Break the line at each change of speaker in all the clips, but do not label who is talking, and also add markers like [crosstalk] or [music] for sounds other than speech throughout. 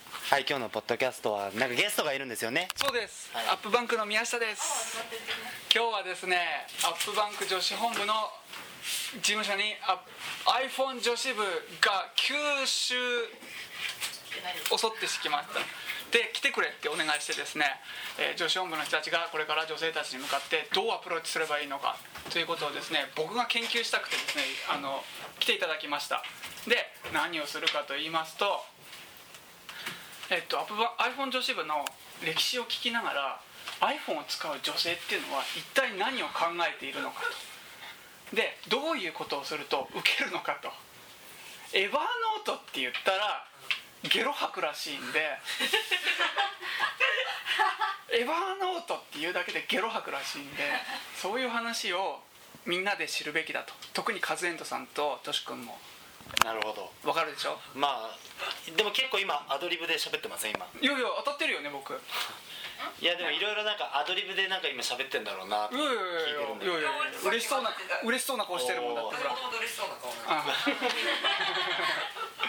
はい、今日のポッドキャストはなんかゲストがいるんですよね。
そうです、
はい
アップバンクの宮下です今日はですねアップバンク女子本部の事務所にアップ iPhone 女子部が九州襲ってきましたで来てくれってお願いしてですね、えー女子本部の人たちがこれから女性たちに向かってどうアプローチすればいいのかということをですね僕が研究したくてですねあの来ていただきましたで何をするかと言いますとえっと、アップバ iPhone 女子部の歴史を聞きながら iPhone を使う女性っていうのは一体何を考えているのかとでどういうことをするとウケるのかとエヴァーノートって言ったらゲロ吐くらしいんでエヴァーノートっていうだけでゲロ吐くらしいんでそういう話をみんなで知るべきだと特にカズエントさんとトシ君も
なるほど。
わかるでしょ
まあでも結構今アドリブで喋ってません今。
いやいや当たってるよね僕
いやでもいろいろなんかアドリブでなんか今喋ってんだろうなと
い
聞
や
いてるんで。
いやいやいやいや嬉しそうな嬉しそうな顔してるもんだってほら
も嬉しそうな顔な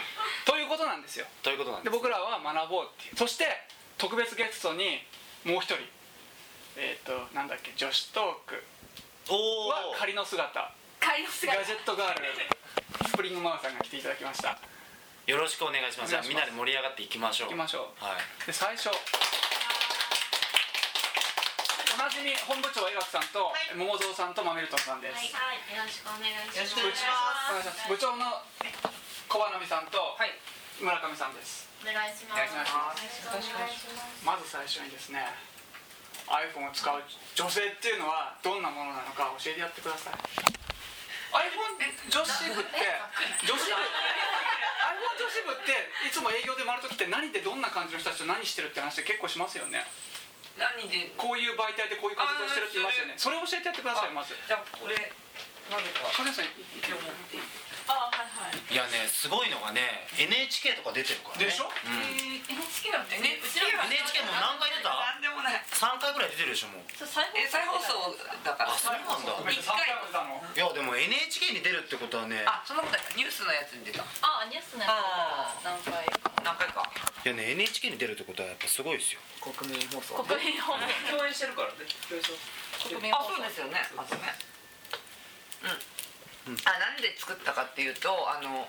ああ [laughs] ということなんですよ
ということなん
で
です。
僕らは学ぼうっていうそして特別ゲストにもう一人えっ、ー、となんだっけ女子トーク
おお。
は仮の姿
仮の
ガ
姿
ジェットガールスプリングマウさんが来ていただきました
よろしくお願いします。じゃあ
お願いします
みんなで盛り上がっていきましょう。
行きましょ
はい。
うで最初おなじみ本部長江垣さんと
い
桃蔵さんとマメルトンさんです、
はい、よろしくお願いします。
よろ
お願いします
しくお願いします
部長の小花見さんと
はい
村上さんです
お願いします。
お願いします
す。
まず最初にですね iPhone を使う女性っていうのはどんなものなのか教えてやってください iPhone 女子部って女子部 iPhone 女子部っていつも営業で丸と来て何でどんな感じの人たちと何してるって話って結構しますよね
何で
こういう媒体でこういう活動してるって言いますよねそれを教えてやってくださいまず
じゃあこれなぜか
金さん
今日持っていい
あ、はいはい。
いやねすごいのがね NHK とか出てるからね。
でしょ
うん。
NHK なんて
NHK は
NHK もう何回出た？
何でもない
三回ぐらい出てるでしょもう。
そう再
え再放送だか
あ
ら
そうなんだ
ごめんなさい3回も出たの
いやでも NHK に出るってことはね。
あそんなことないかニュースのやつに出た
あ、ニュースね。
あ
何回？
何回
い
か
やね NHK に出るってことはやっぱすごいですよ。
国民放送
国民放
共
送。
演してるからね
国民
あ
放
そうで。す
送
よねあとねうん、あなんで作ったかっていうとあの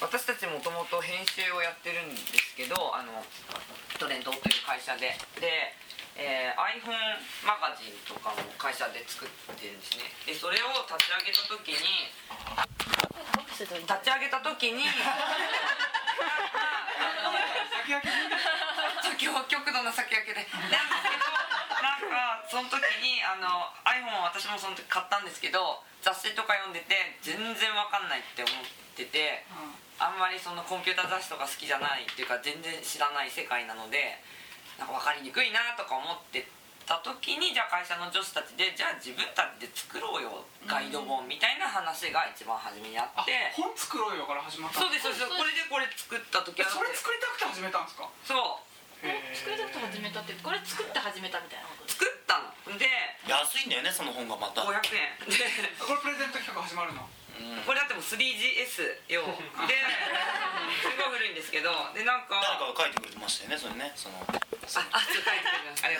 私たちもともと編集をやってるんですけどあのトレンドという会社でで、えー iPhone マガジンとかも会社で作ってるんですねでそれを立ち上げた時に立ち上げた時 [laughs] に
先焼けすぎた
ちょっと今日極度の先駆けでなんですけどなんかその時にあの iPhone を私もその時買ったんですけど雑誌とか読んでて全然わかんないって思っててあんまりそのコンピューター雑誌とか好きじゃないっていうか全然知らない世界なのでなんか分かりにくいなとか思ってた時にじゃあ会社の女子たちでじゃあ自分たちで作ろうよガイド本みたいな話が一番初めにあ
あ
って
本作ろうよから始まった
そう
の
ですそうですこれでこれ作った時
え
あ
そ
っ
れ
て
作りたくて始めたんですか
そう
作りたくて始めたって、これ作って始めたみたいなこと。
作ったので
安いんだよねその本がまた。
500円で
これプレゼント企画始まるの
これだってもう 3GS 用ですごい古いんですけどでなんか
誰かが書いてくれましたよねそれねその。
ああちょっと書いてくれましたあり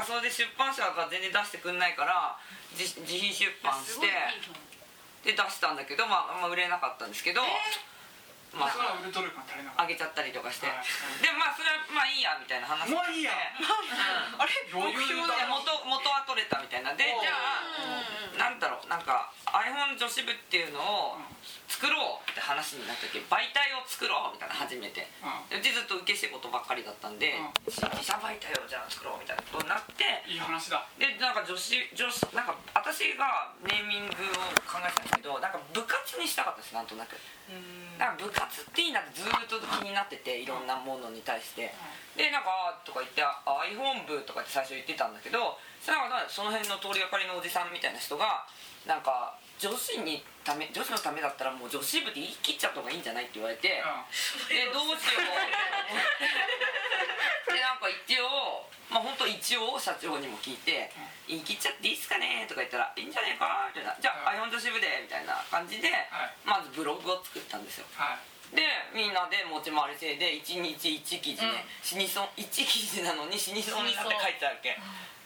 がとうございますそうでなんかそれで出版社が全然出してくんないから自自費出版してで出したんだけど、まあ、あんま売れなかったんですけど、ま
それ
あ
はウルトル感足りなかっ
あげちゃったりとかして、
はい
でまあそれはまあいいやみたいな話
た
に
も
なっ
ういいや
て
あれ
目
余
標
裕
で
だ
元元は取れたみたいなで
おー
じゃあなんだろうなんか iPhone 女子部っていうの
う
を
ん
作ろうって話になった時媒体を作ろうみたいな初めて
う
でうちずっと受け仕事ばっかりだったんで
うん
自社媒体をじゃあ作ろうみたいなことになって
んいい話だ
でなんか女子女子なんか私がネーミングを考えてたんですけどなんか部活にしたかったですなんとなくなんか部活っていいなってずーっと気になってていろんなものに対してでなんか「あーとか言って「あ iPhone 部」とかって最初言ってたんだけどそしたらなんかその辺の通りがかりのおじさんみたいな人がなんか女子にため女子のためだったらもう女子部で言い切っちゃった方がいいんじゃないって言われて、
う
えどうしようでなんか一応まあ本当一応社長にも聞いて「言い切っちゃっていいっすかね?」とか言ったら「いいんじゃねえか?」みたいな「じゃあ
う
iPhone 女子部で」みたいな感じで、
い
まずブログを作ったんですよ
んはい
でみんなで持ち回り制で1日1記事ね、死にそう1記事なのに死にそうになって書いてあるけ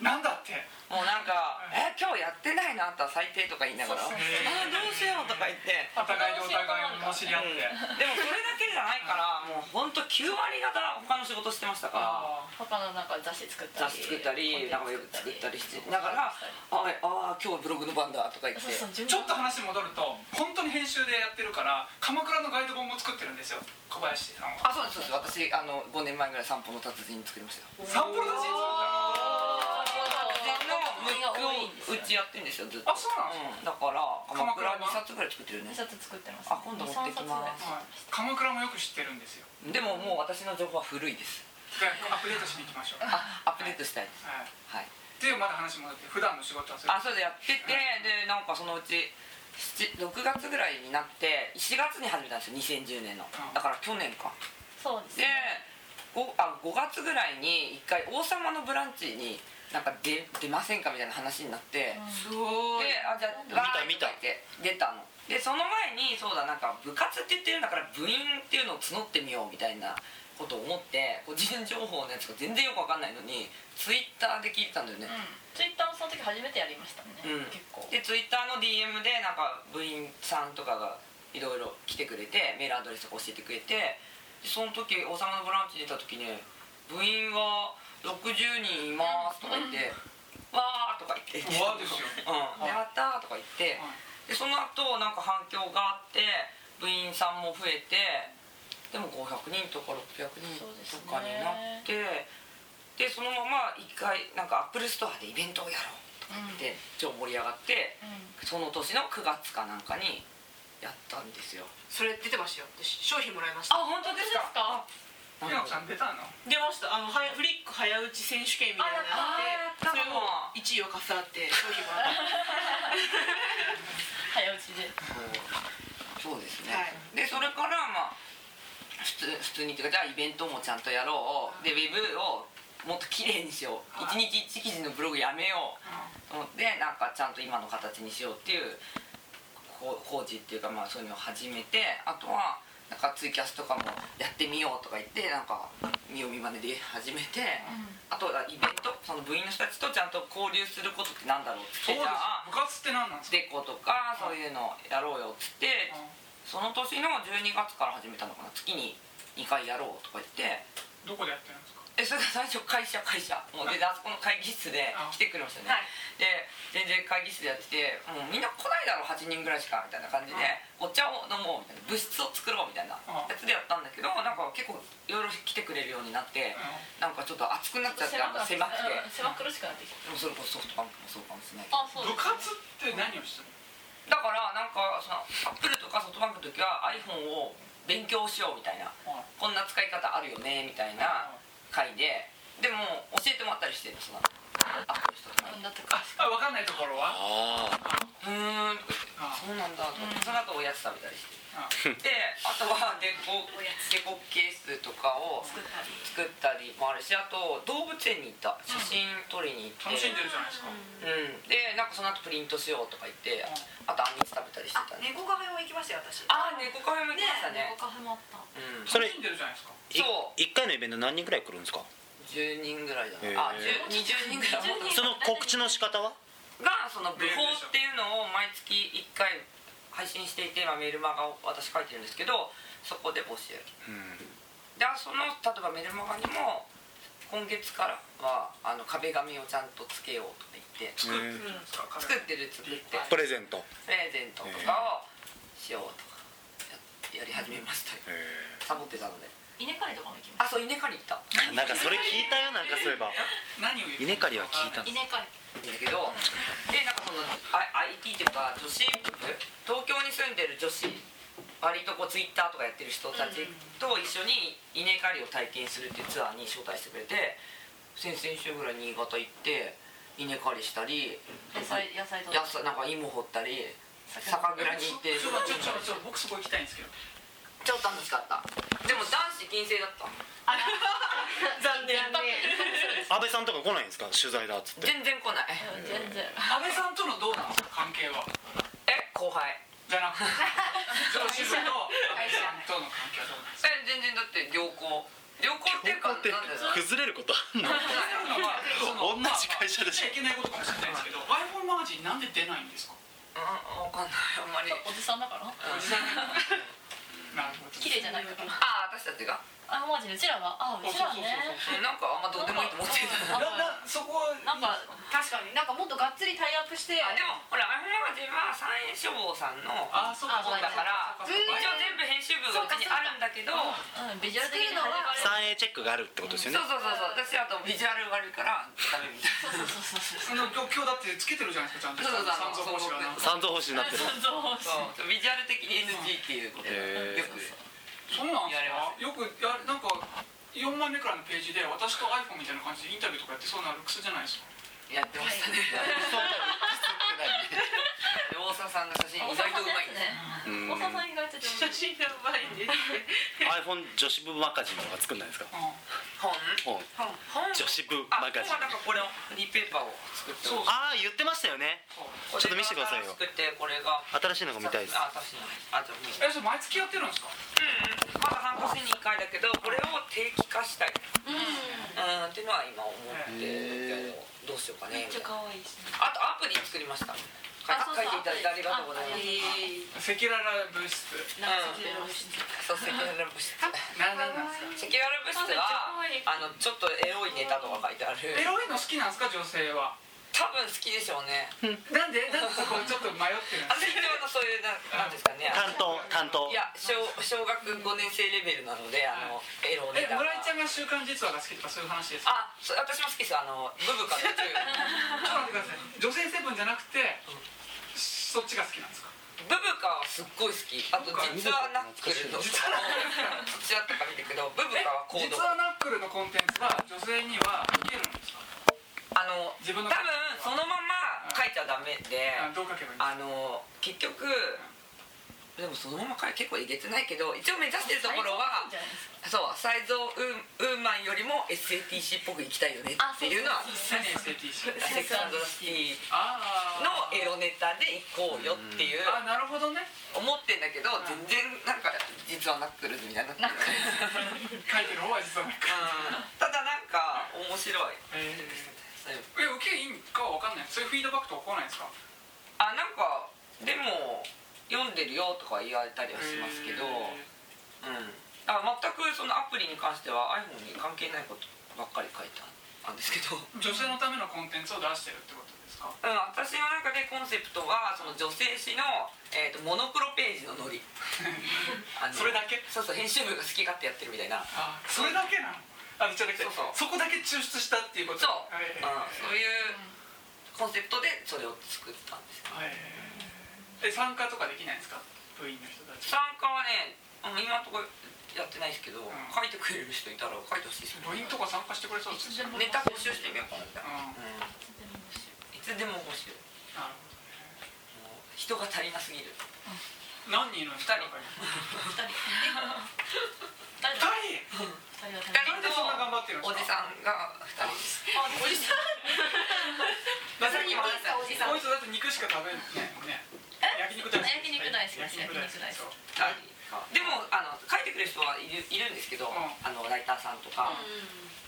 なんだって
もうなんか「え今日やってないな」あんた最低とか言いながら「あ
そうそう
ーどうしよう」とか言って。
お互いでお互いを罵り合って、
でもそれだけじゃないからもう本当9割方他の仕事してましたから
あ
他のなんか雑誌作った
雑誌
り
作ったりなんかよく作ったりしてだから
そう
「ああ今日ブログの番だ」とか言って
そう
ー
順
ちょ
番
っと話戻ると本当に編集でやってるから鎌倉のガイド本も作ってるんですよ小林さんは
あそうですそうです私あの5年前ぐらい「散歩の達人」作りましたよ
散歩の写真
のムックをうちやってんですよずっと
あそうなんです
うんだから鎌
鎌倉
倉
版
2冊ぐらい作ってるね
2冊作ってます
あ今度持ってきます
作ったの、はい、鎌倉もよく知ってるんですよ
でももう私の情報は古いです
でアップデートしに行きましょう、はい、
あアップデートしたいですはい
でまだ話戻って普段の仕事はする
あそれでやっててでなんかそのうち7 6月ぐらいになって4月に始めたんですよ2010年の
うん
だから去年か
そうです
で
ね
5, あ5月ぐらいに1回「王様のブランチ」になんか出出ませんかみたいな話になって、
すご
であじゃあ
見た
わーい
見た
とか言って出たのでその前にそうだなんか部活って言ってるんだから部員っていうのを募ってみようみたいなことを思って個人情報のやつが全然よくわかんないのにツイッターで聞いてたんだよね、
ツイッターもその時初めてやりましたね、
うん
結構
でツイッターの DM でなんか部員さんとかがいろいろ来てくれてメールアドレスとか教えてくれてでその時「王様のブランチ」出た時ね「部員は60人います」とか言って「わー」とか言って「
わーですよ
うん、でやった」とか言ってでその後なんか反響があって部員さんも増えてでも500人とか600人
そうです
とか
ね
になってで,、そのまま一回なんかアップルストアでイベントをやろうとか言って、超盛り上がって
うん
その年の9月かなんかにやったんですよ
それ出てましたよ私商品もらいまし
あ
た
本当
本当
で
ですす
か
か
ピノちゃん出たの
出ましたあのはやフリック早打ち選手権みたいなのがあってそれを1位をかっさらって商品もらった
早打ちで
そうですね、
はい
でそれからまあ普通普通にっていうかじゃあイベントもちゃんとやろうでウェブをもっと綺麗にしよう一日一記事のブログやめようと思ってなんかちゃんと今の形にしようっていうこう工事っていうかまあそういうのを始めてあとはなんかツイキャスとかもやってみようとか言ってなんか見よう見まねで始めて、あとはイベントその部員の人たちとちゃんと交流することってなんだろうって
そうです
じゃあ
部活って何なんですか
デコとかそういうのやろうよっつってその年の12月から始めたのかな月に2回やろうとか言って
どこでやってるんですか
えそれが最初会社会社もうでであそこの会議室で
あ
来てくれましたね、
はい
で全然会議室でやっててもうみんな来ないだろう8人ぐらいしかみたいな感じでお茶を飲もうみたいな物質を作ろうみたいな
あ
やつでやったんだけどなんか結構いろいろ来てくれるようになってなんかちょっと熱くなっちゃってあんま狭くて
うん狭苦しくなってき
でもそれこそソフトバンクもそうかもしれないけど
たあそう
部活って何をしてる
だからなんかそのアップルとかソフトバンクの時は iPhone を勉強しようみたいな
の
こんな使い方あるよねみたいな回ででも教えてもらったりしてるんですよアップルの人とかに
なんだとか
ああ分かんないところは
ああ
うーん
あ
そうなんだと思って、その後おやつ食べたりして
あ
であとはデコデコケースとかを
作ったり
作ったりもあるしあと動物園に行った写真撮りに行って、
楽しんでるじゃないですか
うん、でなんかその後プリントしようとか言ってあとアンミツ食べたりしてたね
[laughs] 猫カフェも行きましたよ私
ああ猫カフェも行きましたね
ねカフェもあった
うん
それ
楽しんでるじゃないですか
い
そう
一回のイベント何人くらい来るんですか
10人ぐらいだ
へー
なあ10 20人ぐらい
20人
その告知の仕方は
がその部報っていうのを毎月1回配信していて今メルマガを私書いてるんですけどそこで募集
うん
でその例えばメルマガにも今月からはあの壁紙をちゃんとつけようとか言って
作ってるじゃないですか彼
作ってる作って
プレゼント
プレゼントとかをしようとかやってやり始めましたよサボってたので
稲刈りとかも行きま
あそう稲刈り行った
なんかそれ聞いたよなんかそういえば
何を言ってる
稲刈りは聞いた
した稲刈り
んだけどでなんかそのあ IT っていうか女子部東京に住んでる女子割とこうツイッターとかやってる人たちと一緒に稲刈りを体験するっていうツアーに招待してくれて先々週ぐらい新潟行って稲刈りしたり
野菜野菜と
やさなんか芋掘ったり酒蔵に行って
ちょちょちょちょ僕そこ行きたいんですけど
超楽しかったでも男子禁制だった
残念
安倍さんとか来ないんですか取材だっつって
全然来ない
うん全然
安倍さんとのどうなんですか関係は
え後輩
[laughs]
じゃなくて女子部と安倍
会社
との関係はどうなんですか
え全然だって良好良好っていうかなん
って
だろう
崩れることあんの
その
同じ会社でしょ
まあまあ言っちゃいけないことかもしれないですけど iPhone マガジンなんで出ないんです
[laughs]
か
うんわかんないあんまり
おじさんだから
[laughs] おじさんがなるほど
綺麗じゃないから
ああ私たちが
あマジでうちらはあうちらはね
うんなんかあんまどうでもいいと思ってた
ななそこは
なんか確かになんかもっとがっつりタイアップして
あでもほらアイフマガジンは三栄書房さんの
あそうかそう
本
か
だから
そう
一
かそうか
応全部編集部がうちにあるんだけど
うんビジュアル的には
三 a チェックがあるってことです
そう
よね
そうそうそう私あとビジュアル悪いからダメみたいな
そうそうそうそう
その今日今日だってつけてるじゃないですかちゃんと
そうそうそう
三蔵法師がなんか
そう
三蔵星になってる
そうビジュアル的に NG っていうこと
へー
よく
そうなんで
やります
かよくやなんか4枚目からいのページで私と iPhone みたいな感じでインタビューとかやってそうなルックスじゃないですか
やってましたね大沢さんの写真意
大
外と
沢さん
う
のや
まいん
つ
です
う
ね
ん
大沢さん意外と上手
写真がうまいんですね
iPhone 女子部マガジンとか作んないですか
うん
本
本本本
女子部
あ
マガジン
本はなんかこれをフリーペーパーを作って
そう
ああ言ってましたよね
そう
ちょっと見せてくださいよ
作ってこれが
新しいのが見たいです
あ私のあじゃあもう
えそれ毎月やってるんですか
うんうんまだ半年に1回だけどこれを定期化したいうんっていうのは今思ってるけどどうしようかね
めっちゃ可愛いし
あとアプリ作りました書
そうそう
いていただいてありがとうございま
あいえいえいえ
赤裸々物質
なんか綺麗な人
すそうセキュアル物質
何なんなんですか
セキュア [laughs] ル物質はあのちょっとエロいネタとか書いてあ
エ
る
ロいの好きなんですか女性は
多分好きでしょうね
なんでなんでそこちょっと迷って [laughs] るんですか
私一応のそういうななんですかねあの
担当担当
いや小小学5年生レベルなのであのエロネ
え
タ
村井ちゃ
が
んが「週刊実話」が好きとかそういう話ですか
あそう私も好きですあのブブカの宇
ち
宙
ょっと待ってください女性セブンじゃなくてそっちが好きなんですか
ブブカはすっごい好きあと実はナックルの
[laughs] 実はナックル
実はとか見てるけどブブカは行動
実はナックルのコンテンツは女性には見えるんですか
あの
自
多
分
分
の
そのまま書いちゃダメで
あどう書けばいいんですか
あの結局でもそのまま書い結構いけてないけど一応目指してるところはそうサイズウーウーマンよりも SATC っぽくいきたいよねっていうのは
何 SATC
セクションドラシティ
ああ
のエロネタでいこうよっていう
あなるほどね
思ってんだけど全然なんか実はナックルズみたいになっ
書
てる
いてる方は実はなんか
うんただなんか面白い
ええ受けいいんかは分かんないそういうフィードバックとか来ないんですか
あなんかでも読んでるよとか言われたりはしますけど、
え
うんだから全くそのアプリに関しては iPhone に関係ないことばっかり書いてあるんですけ
[laughs]
ど、
ー女性のためのコンテンツを出してるってことですか
うん、私の中でコンセプトはその女性誌の、えー、とモノクロページのノリあの
それだけ
そうそう編集部が好き勝手やってるみたいな
あそれだけなのあちょっと待って
そう
そこだけ抽出したっていうこと
そう、
はい
うん、そういうコンセプトでそれを作ったんです
はいえ参加とかできないんですか部員の人たち
参加はねあの今のところやってないですけど、
ん
書いてくれる人いたら書いてほしいですね
部員とか参加してくれそうですよね
ネタ募集してみようかなみたいな、
うん
うんいつでも募集
なる
もう人が足りなすぎる
ほど何人いるの2人2
誰だ
人
二人は誰
なん
だ
でそんな頑張ってるんです
お
か
じさんが2人です
おじさん
だって
おじさんおじさん
こいつだって肉しか食べないもんね
え
焼肉大好き
焼肉大好きです
焼肉大好き
焼肉大好き
そう
でもあの書いてくれる人はいるいるんですけど、
うん
あのライターさんとか、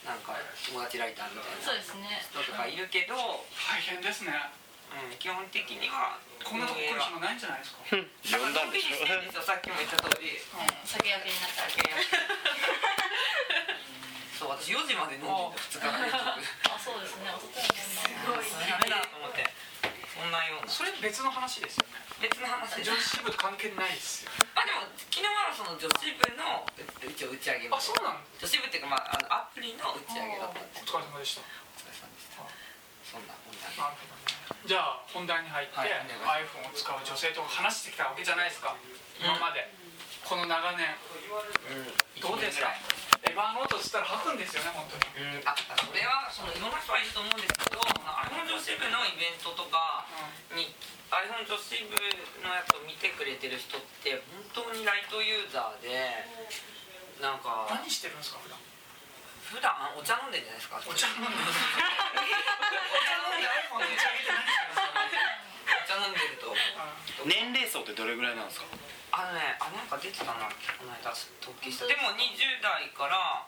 なんか友達ライターみたい
そう
な人
ですね
とかいるけど、う
大変ですね
ん、基本的には
こんなとこ来る暇ないんじゃないですか
呼んだん
だから
でし
のんびりしてるんで
ょ
すよさっきも言った通り
酒焼けになった
そう私4時まで飲んでた2日間で
あそうですねおとといすごい
ダメだと思ってそんなような
それ別の話ですよね
別の話で
女子部と関係ないですよ
まあでも昨日はその女子部のうちを打ち上げ
あ
ま
そ
し
う
た
なんだ
女子部っていうかまああのアプリの
お
打ち上げだったんです
疲れ様でした
お疲れ様でしたそんなこんなで
なるほどねじゃあ本題に入って、
はい
iPhone を使う女性と話してきたわけじゃないですか、今までこの長年どうですかエヴァノートしたら吐くんですよね本当に
うんあそれはそのいろんな人はいると思うんですけど iPhone 女子部のイベントとかに iPhone 女子部のやつを見てくれてる人って本当にライトユーザーでなんか
何してるんですか普段
普段お茶飲んでるじゃないですか
お茶飲んでるお茶飲んで iPhone の打ち上げて何してるんですか
お茶飲んでると思う
年齢層ってどれぐらいなんですか
ああのねあなんか出てたなこの間統計したでも20代から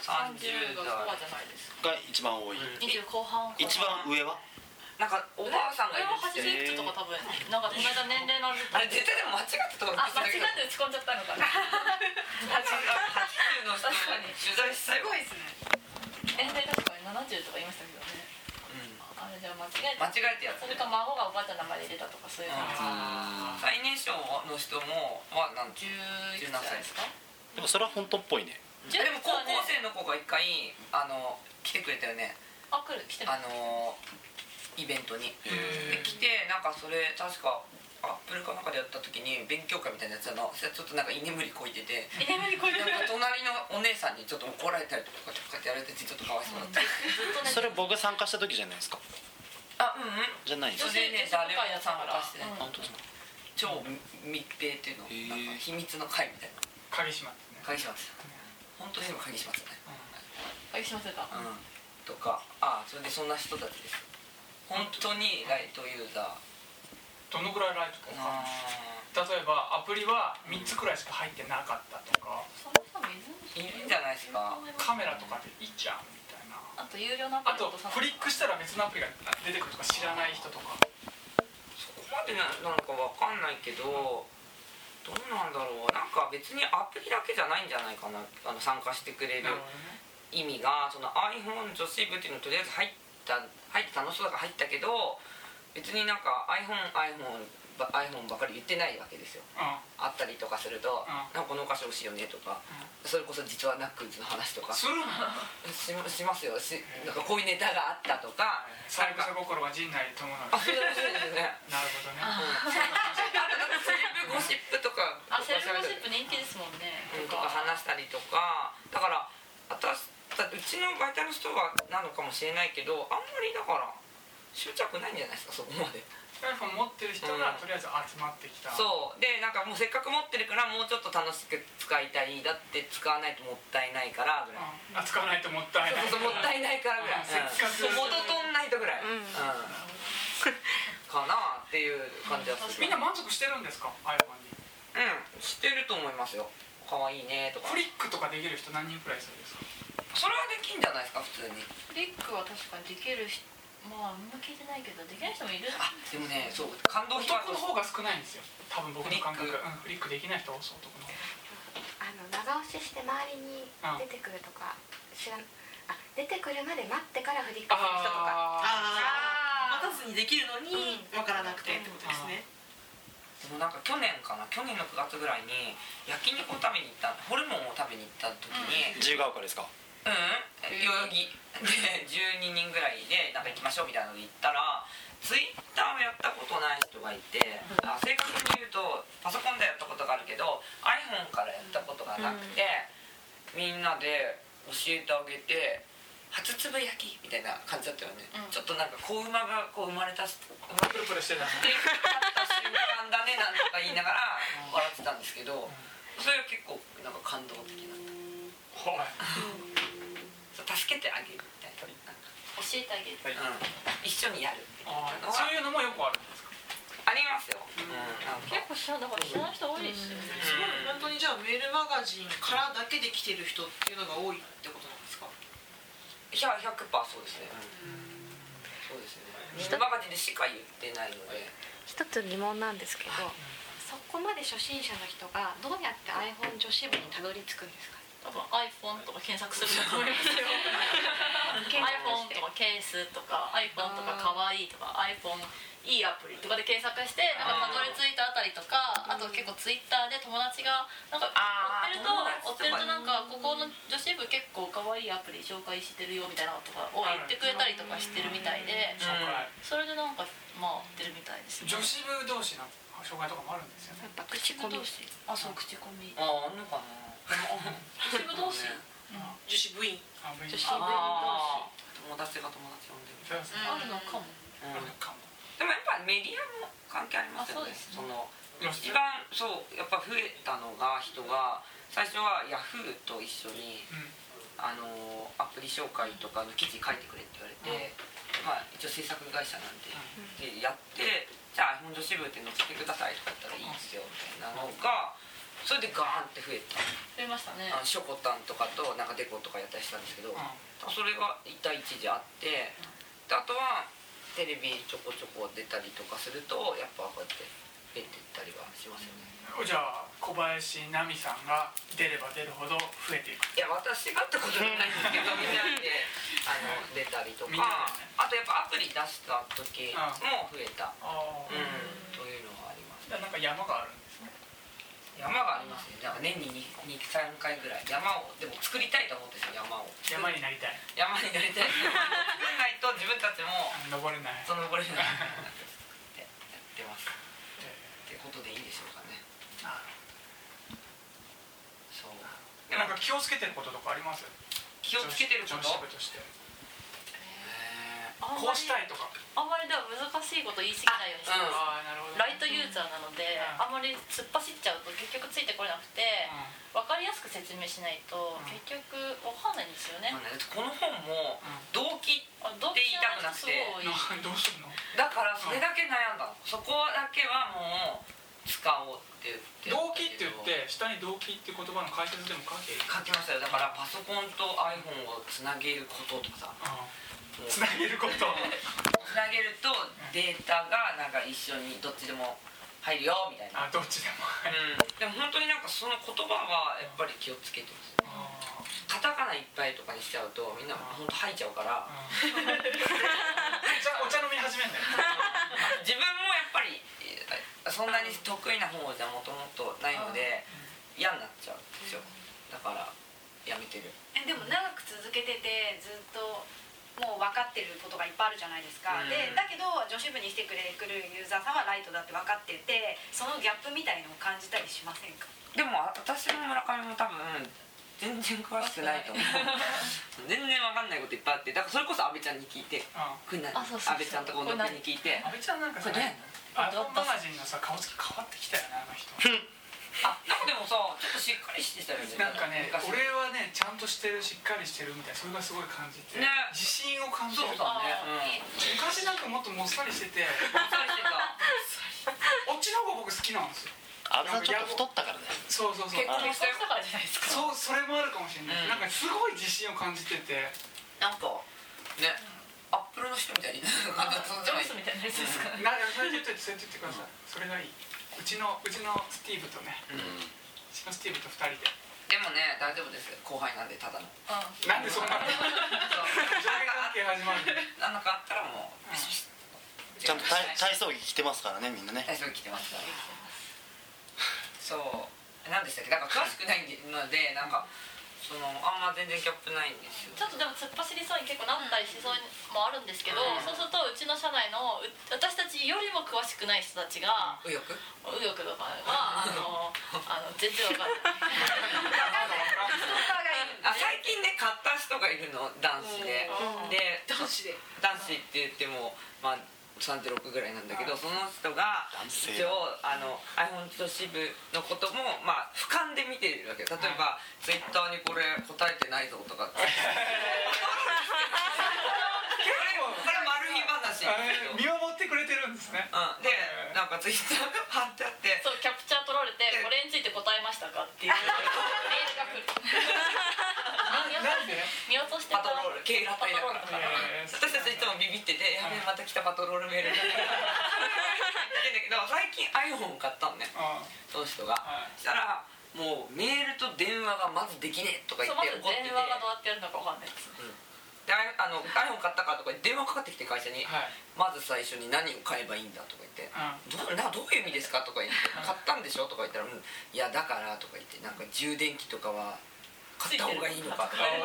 30
30がコア
代
じゃないですか
が一番多い、
うん
20後半
一番上は
なんかおばあさんがいるんです
え
よ
上は80いくつとか多分なんかこの間年齢のあ
あれ
れで
絶対でも間違ったとこ
あ間違
間違
って打ち込んじゃったの
[laughs]
かな
80の人が取材した
す
よ
ごいですね
年齢確かに70とか言いましたけどねあれじゃあ間違え
間
た
違えてやっ
そ
た
れか孫がおばあちゃんの名前で入れたとかそういう
あ
感じ
最年少の人もはなんて
11
17
歳
歳
ですか
ーでもそれは本当っぽいね
でも高校生の子が一回あの来てくれたよね
あ来る来てる
あのイベントに
へ
で来てなんかそれ確かアップルかなんかでやった時に勉強会みたいなやつなのそしたらちょっとなんか居眠りこいてて
え眠りこいて
なん
る
か隣のお姉さんにちょっと怒られたりとかとかってやられててちょっとかわいそうだった
ずっとね
それ僕が参加した時じゃないですか
あうんうん
じゃないんですか
女子ね誰も参加してない
う
本
ん
当ですか
超密閉っていう
へ
の
ー
なんか秘密の会みたいな
鍵閉まってね
会します本当に今鍵しますね
あしませんか
うんとかあそれでそんな人たちです本当にライトユーザ
どのぐらいライト
ー
か
な
例えばアプリは3つくらいしか入ってなかったとか
そんなのい
いるんじゃないですか
カメラとかでいいじゃんみたいな
あと有料のアプ
あ
リ
と
落とさない
クリックしたら別のアプリが出てくるとか知らない人とか
そこまでななんかわかんないけどどうなんだろうなんか別にアプリだけじゃないんじゃないかなあの参加してくれる意味がその iPhone 女子部っていうのとりあえず入った入って楽しそうだから入ったけど別になんか iPhoneiPhone ば iPhone ばかり言ってないわけですよ
う
あったりとかすると「
うん
なんかこのお菓子欲しいよね」とか、それこそ実はナックルズの話とか
ん
し
するの
しますよしなんかこういうネタがあったとか
三
なん
者
か
心は陣内に伴う
あそうですね
[laughs]
なるほどね
うんあとなんかセレブゴシップとか
あセルフゴシップ人気ですもんね
うんとか話したりとかだから私たうちのバイタルストアなのかもしれないけどあんまりだから執着ないんじゃないですかそこまで
iPhone 持ってる人がとりあえず集まってきた
そうでなんかもうせっかく持ってるからもうちょっと楽しく使いたいだって使わないともったいないからぐらい
うん扱わないともったいない
そうそうもったいないからぐらい、
うんせっかく
元取んないとぐらい、うんかなっていう感じはする
みんな満足してるんですか iPhone に
うんしてると思いますよ可愛いねとか
クリックとかできる人何人くらいするんですか
それはできんじゃないですか普通に
クリックは確かにできる人まああんま聞いてないけどできない人もいる
あでもねそう感動
男の方が少ないんですよ多分僕の感覚
フリック
うんフリックできない人多そう男の方
あの長押しして周りに出てくるとか知らんあ出てくるまで待ってから振り返る人とか
あ
ああ
あ
待たずにできるのに分からなくてってことですね
でもなんか去年かな去年の9月ぐらいに焼肉を食べに行ったホルモンを食べに行った時に
自由が丘ですか
うん、代々木で12人ぐらいでなんか行きましょうみたいなので行ったらツイッターをやったことない人がいて、あ正確に言うとパソコンでやったことがあるけど iPhone からやったことがなくて、みんなで教えてあげて初つぶ焼きみたいな感じだったよね、
うん
ちょっとなんか子馬がこう生まれたし生まれ
ープルプルしてた
ってった瞬間だねなんとか言いながら笑ってたんですけどそれは結構なんか感動的な
はい
そう助けてあげるみたいななんか、
教えてあげる
うん、一緒にやるみた
あ
い
ー
なのは
そういうのもよくあるんですか
ありますよ、うん、なんか
結構知らんだから知らない人多いですよね
すごい本当にじゃあメールマガジンからだけで来てる人っていうのが多いってことなんですか
いや100%そうですね、そうですね人マガジンでしか言ってないので
一つ疑問なんですけどそこまで初心者の人がどうやって iPhone 女子部にたどり着くんですか
多分 iPhone とか検索すると思いますよ iPhone とかケースとか iPhone とかかわいいとか iPhone いいアプリとかで検索してなんかたどり着いたあたりとかあと結構 Twitter で友達がなんか
あー
追ってると追ってると
友達とかね
なんかここの女子部結構かわいいアプリ紹介してるよみたいなのとかを言ってくれたりとかしてるみたい
うん
でそれでなんかまあ出るみたいですね
女子部同士の紹介とかもあるんですよね
やっぱ口コ
女
ミ
子あそう口コミ
あああんのかな
女子部同士
女子部員
あ勉強
女子
あ
部
ああ友達が友達呼んでる、
そうですね
あるのか
う
も
ある
ん
かも
でもやっぱメディアも関係ありますよね
あそうです
そ
ね
の
露出
一番そうやっぱ増えたのが人が最初はヤフーと一緒に
うん
あのーアプリ紹介とかの記事書いてくれって言われて、まあ、一応制作会社なんで,、でやってじゃあ iPhone 女子部って載せてくださいとか言ったらいいですよみたいなのがそれでガーンって増えた
増えましたね
あのショコタンとかとなんかデコとかやったりしたんですけど、それが一対一時あってであとはテレビちょこちょこ出たりとかするとやっぱこうやって出てったりはしますよね、
じゃあ小林奈美さんが出れば出るほど増えていく
いや私がってことじゃないんですけどみんな
[laughs]
であの出たりと
みんな
か、
でね
あとやっぱアプリ出した時も増えた、
あ
うんというのがあります
なんか山があるんですね
山がありますねなんか年に23回ぐらい山をでも作りたいと思ってるんですよ山を
山になりたい
山になりたい作らないと自分たち
[laughs]
も
あ登れない
そのこれじゃないってやってますってことでいいでしょうかねそうで
なん
も
か気をつけてることとかあります
気をつけてるこ
女子
と
部として
へー
あん
こ
ま
う
り
したいとか
あんまりでも難しいこと言い過ぎないようにしてます
ああなるほど
ライトユーザーなので、
うん
あんまり突っ走っちゃうと結局ついてこれなくて、分かりやすく説明しないと、
うん
結局わかんないんですよね、
まあねこの本も動機
あ動機じゃない人すごい多い
うん、などうするの
だからそれだけ悩んだのそこだけはもう使おうって言って
動機って言って下に動機って言葉の解説でも書け
書きましたよだからパソコンと iPhone をつなげることとかさもう
つなげること
つなげるとデータがなんか一緒にどっちでも入るよみたいな
あどっちでもある
うんでも本当になんかその言葉はやっぱり気をつけてますカタカナいっぱいとかにしちゃうとみんな本当吐いちゃうから
じゃあお茶飲み始めんだよ
自分もやっぱりえーそんなに得意な方じゃもともとないので嫌になっちゃうんですよだからやめてる
えでも長く続けててずっともう分かってることがいっぱいあるじゃないですか、
うん
でだけど女子部に来てくれくるユーザーさんはライトだって分かっててそのギャップみたいのを感じたりしませんか
でも私も村上も多分全然詳しくないと思う全然わかんないこといっぱいあってだからそれこそ阿部ちゃんに聞いてくんない
あそうそうそ
阿部
う
ちゃんと近藤君に聞いて
阿部ちゃんなんかさ
これどうやんの
アドマガジンのさ顔つき変わってきたよねあの人
あなんかでもさちょっとしっかりしてたよね
なんかね
昔
俺はねちゃんとしてるしっかりしてるみたいなそれがすごい感じて
ね
自信を感じ
そ
る
うだねうん
昔なんかもっともっさりしてて
しっかりしてた
こっちの方が僕好きなんですよ
あんなちょっと太ったからね
そうそうそう
結婚したよ
だからじゃないですか
そうそれもあるかもしれない、な
うん
んかすごい自信を感じてて
なんかねアップルの人みたいになんかそん
ジ
なの
ョブスみたいなやつですか
なそれ言ってそうやって言ってください、それがいいうちのうちのスティーブとね
うん
うちのスティーブと2人で
でもね大丈夫ですよ後輩なんでただの
なんでそんなの上下関係始まるの
なんかあったらもう
ち
うん
ゃんと体体操着着てますからねみんなね
大丈夫来てますから [laughs] そうなんでしたっけなんか詳しくないのでなんかそのあんま全然ギャップないんですよ
ちょっとでも突っ走りそうに結構なったりしそうにもあるんですけど、
うん
そうするとうちの社内のう私たちよりも詳しくない人たちが
右翼
右翼とかはあのあの全然わかんない
あ最近ね買った人がいるの男子で
うん
で
男子で
男子って言ってもまあ36ぐらいなんだけどその人が
男性
一応あの iPhone 女子部のこともまあ俯瞰で見てるわけ例えば Twitter にこれ答えてないぞと
[laughs]
かって [laughs] これこれマル秘話
あれ
うん
見守ってくれてるんですね
でなんか Twitter が貼ってあって
そうキャプチャー取られてこれについて答えましたかっていうメールが来る
なんで、
見落として
パ
た
トロール経営だったりだから
パトロールだから
えー
私たちいつもビビってて「やべえまた来たパトロールメール」って言ってんだけど最近 iPhone 買ったのね
あ
その人が、
はい
そしたらもうメールと電話がまずできねえとか言
そ
っ
うま
て怒
ず
ってて
電話がどうやってやるのかわかんないですね
でああの iPhone 買ったからとか言って電話かかってきて会社に、
はい
まず最初に何を買えばいいんだとか言って、
う
どうなどういう意味ですかとか言って買ったんでしょとか言ったら、うん、いやだからとか言ってなんか充電器とかは買った方がいいのかとか言ってい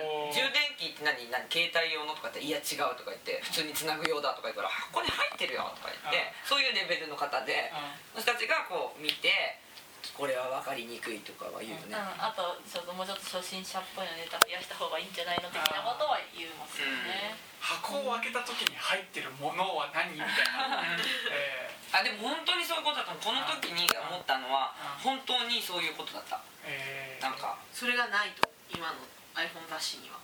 や
おー
充電器って何何携帯用のとかっていや違うとか言って普通につなぐ用だとか言うからあここに入ってるよとか言って
うん
そういうレベルの方でその人たちがこう見てこれは分かりにくいとかは言うよ
うん、
ね、
あとちょっともうちょっと初心者っぽいのネタ増やした方がいいんじゃないの的なことは言いますよね、
箱を開けた時に入ってるものは何みたいな、え
あでも本当にそういうことだと思うこの時に思ったのは本当にそういうことだった
ーえー
なんか
それがないと今の iPhone 雑誌には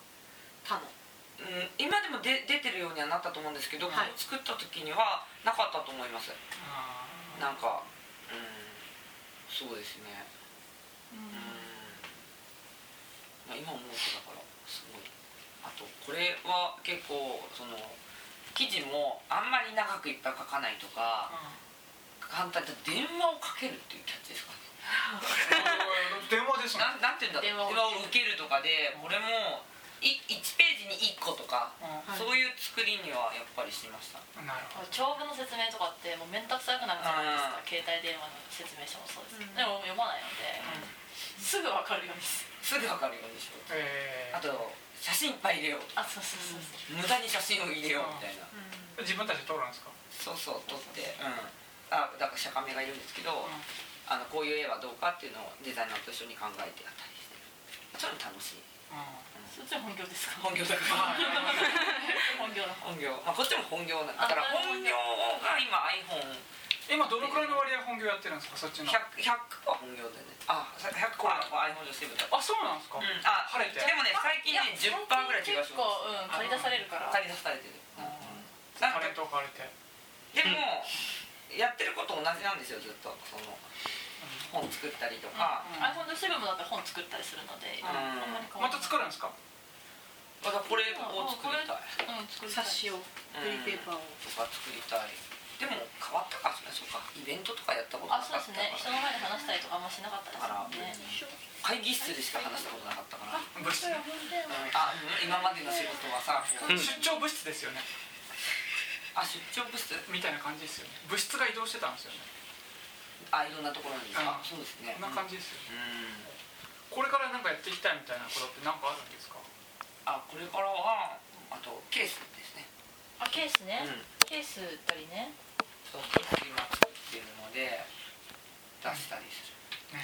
他の
うん、今でもで出てるようにはなったと思うんですけど、
はい
作った時にはなかったと思います
あー
なんかうんそうですねうん、まあ、今思うとだからすごいあとこれは結構その記事もあんまり長くいっぱい書かないとか簡単に電話をかけるっていうキャッチですかね
電話ですね
なんなんていうんだろう電話を受けるとかでこれもい1ページに1個とか、
うん
そういう作りにはやっぱりしました
なるほど
長文の説明とかってもう面倒くさくなるじゃ
う
ない
ん
ですか携帯電話の説明書もそうですけど、でも読まないので、すぐ分かるようにす
す
る
ぐわかるようにしよう
え
あと写真いっぱい入れよう
あそうそうそうそう
無駄に写真を入れようみたいな
ー自分たちで撮るんですか
そうそう撮ってうんあだから釈迦目がいるんですけど、
ん
あのこういう絵はどうかっていうのをデザイナーと一緒に考えてやったりしてそういうの楽しい
うん
そっちは本業ですか
本業だか
あ
ら
本業の方
本業、まあ、こっちも本業なんだだから
あ
本業が今 iPhone
ー今どのくらいの割合本業やってるんですかそっちの
100 100%本業でねあ100%は iPhone 女子部だ
あそうなんですか、
うんあ
晴れて
でもね最近ね
いや
10%ぐらい違うし
結構うん借り出されるから
借り出されてる、うんな
タ
んか
レントを借りて
でも、やってること同じなんですよずっとその本作ったりとか、
i p h o n e セブンもだって本作ったりするので、
うん
あんまり変わ
ま
ら
た
ない
作るんですか
またこれを作りたい
うん作りたい
冊子をフリーペーパーを
とか作りたいでも変わったかしらそうかイベントとかやったこと
あ
な
そう
か
で
っ
す
た
ね人の
から
前で話したりとかあんましなかったですもんね
会議室でしか話したことなかったから、
物質
うんあ今までの仕事はさ、こう
出張物質ですよね
あ出張部室
みたいな感じですよね物質が移動してたんですよね
あいろんなところ
うん
にあそうですね
こんな感
じ
じですよね
う
こ
ん
れからなんかやっていきたいみたいなことって何かあるんですか
あこれからはあとケースですね
あケースね、
うん
ケース売ったりね
そう今作ってるので出したりする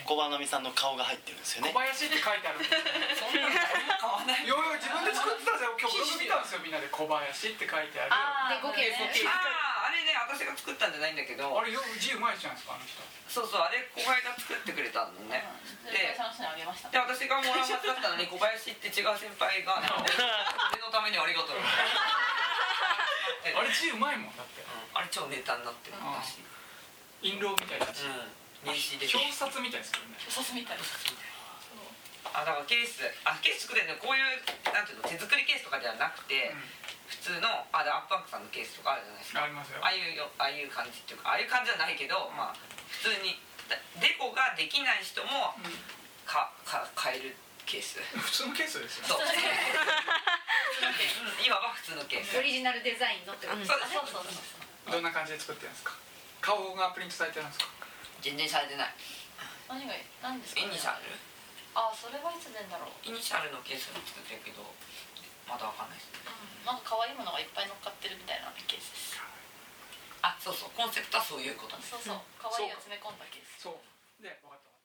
小葉のみさんの顔が入ってるんですよ
小
ね
林って書いてあるん [laughs] ですよね
[laughs] そんなの変わらない
よよ自分で作ってたじゃん今 [laughs] 日ブログ見たんですよみんなで小林って書いてあるあ
で5件
そうね
5件
あああれね私が作ったんじゃないんだけど
れよ字うまいじゃないですかあの人
そうそうあれ小林が作ってくれたのね
うんで会社の人にあげました
で私がもらわなかったのに小林って違う先輩が「俺のためにありがとう」
あれ字うまいもんだって
あれ超ネタになってるんだし
印籠みたいな字
うん名刺で
表札みたいですけどね
お刺身みたいな
あだからケースあケース作ってねこういうなんていうの手作りケースとかではなくて、普通のあだアップアップさんのケースとかあるじゃないですか
ありますよ
ああいうよああいう感じっていうかああいう感じじゃないけど、まあ普通にだデコができない人もかか買えるケ
[laughs]
ース
普通のケースですよね
そう普通のケースうん今は普通のケース
オリジナルデザインのってこと
そうで
あ
す
そうそうそう
どんな感じで作ってるんですか顔がプリントされてるんですか
全然されてない
何が何ですか、
イ
ね、
ニシャル
あそれはいつ出んだろう、
イニシャルのケースも作ってるけどまだわかんないです
なんか可愛いものがいっぱい乗っかってるみたいなケースです
あそうそうコンセプトはそういうことね
そうそう可愛いを詰め込んだケース
そうで分かった分かった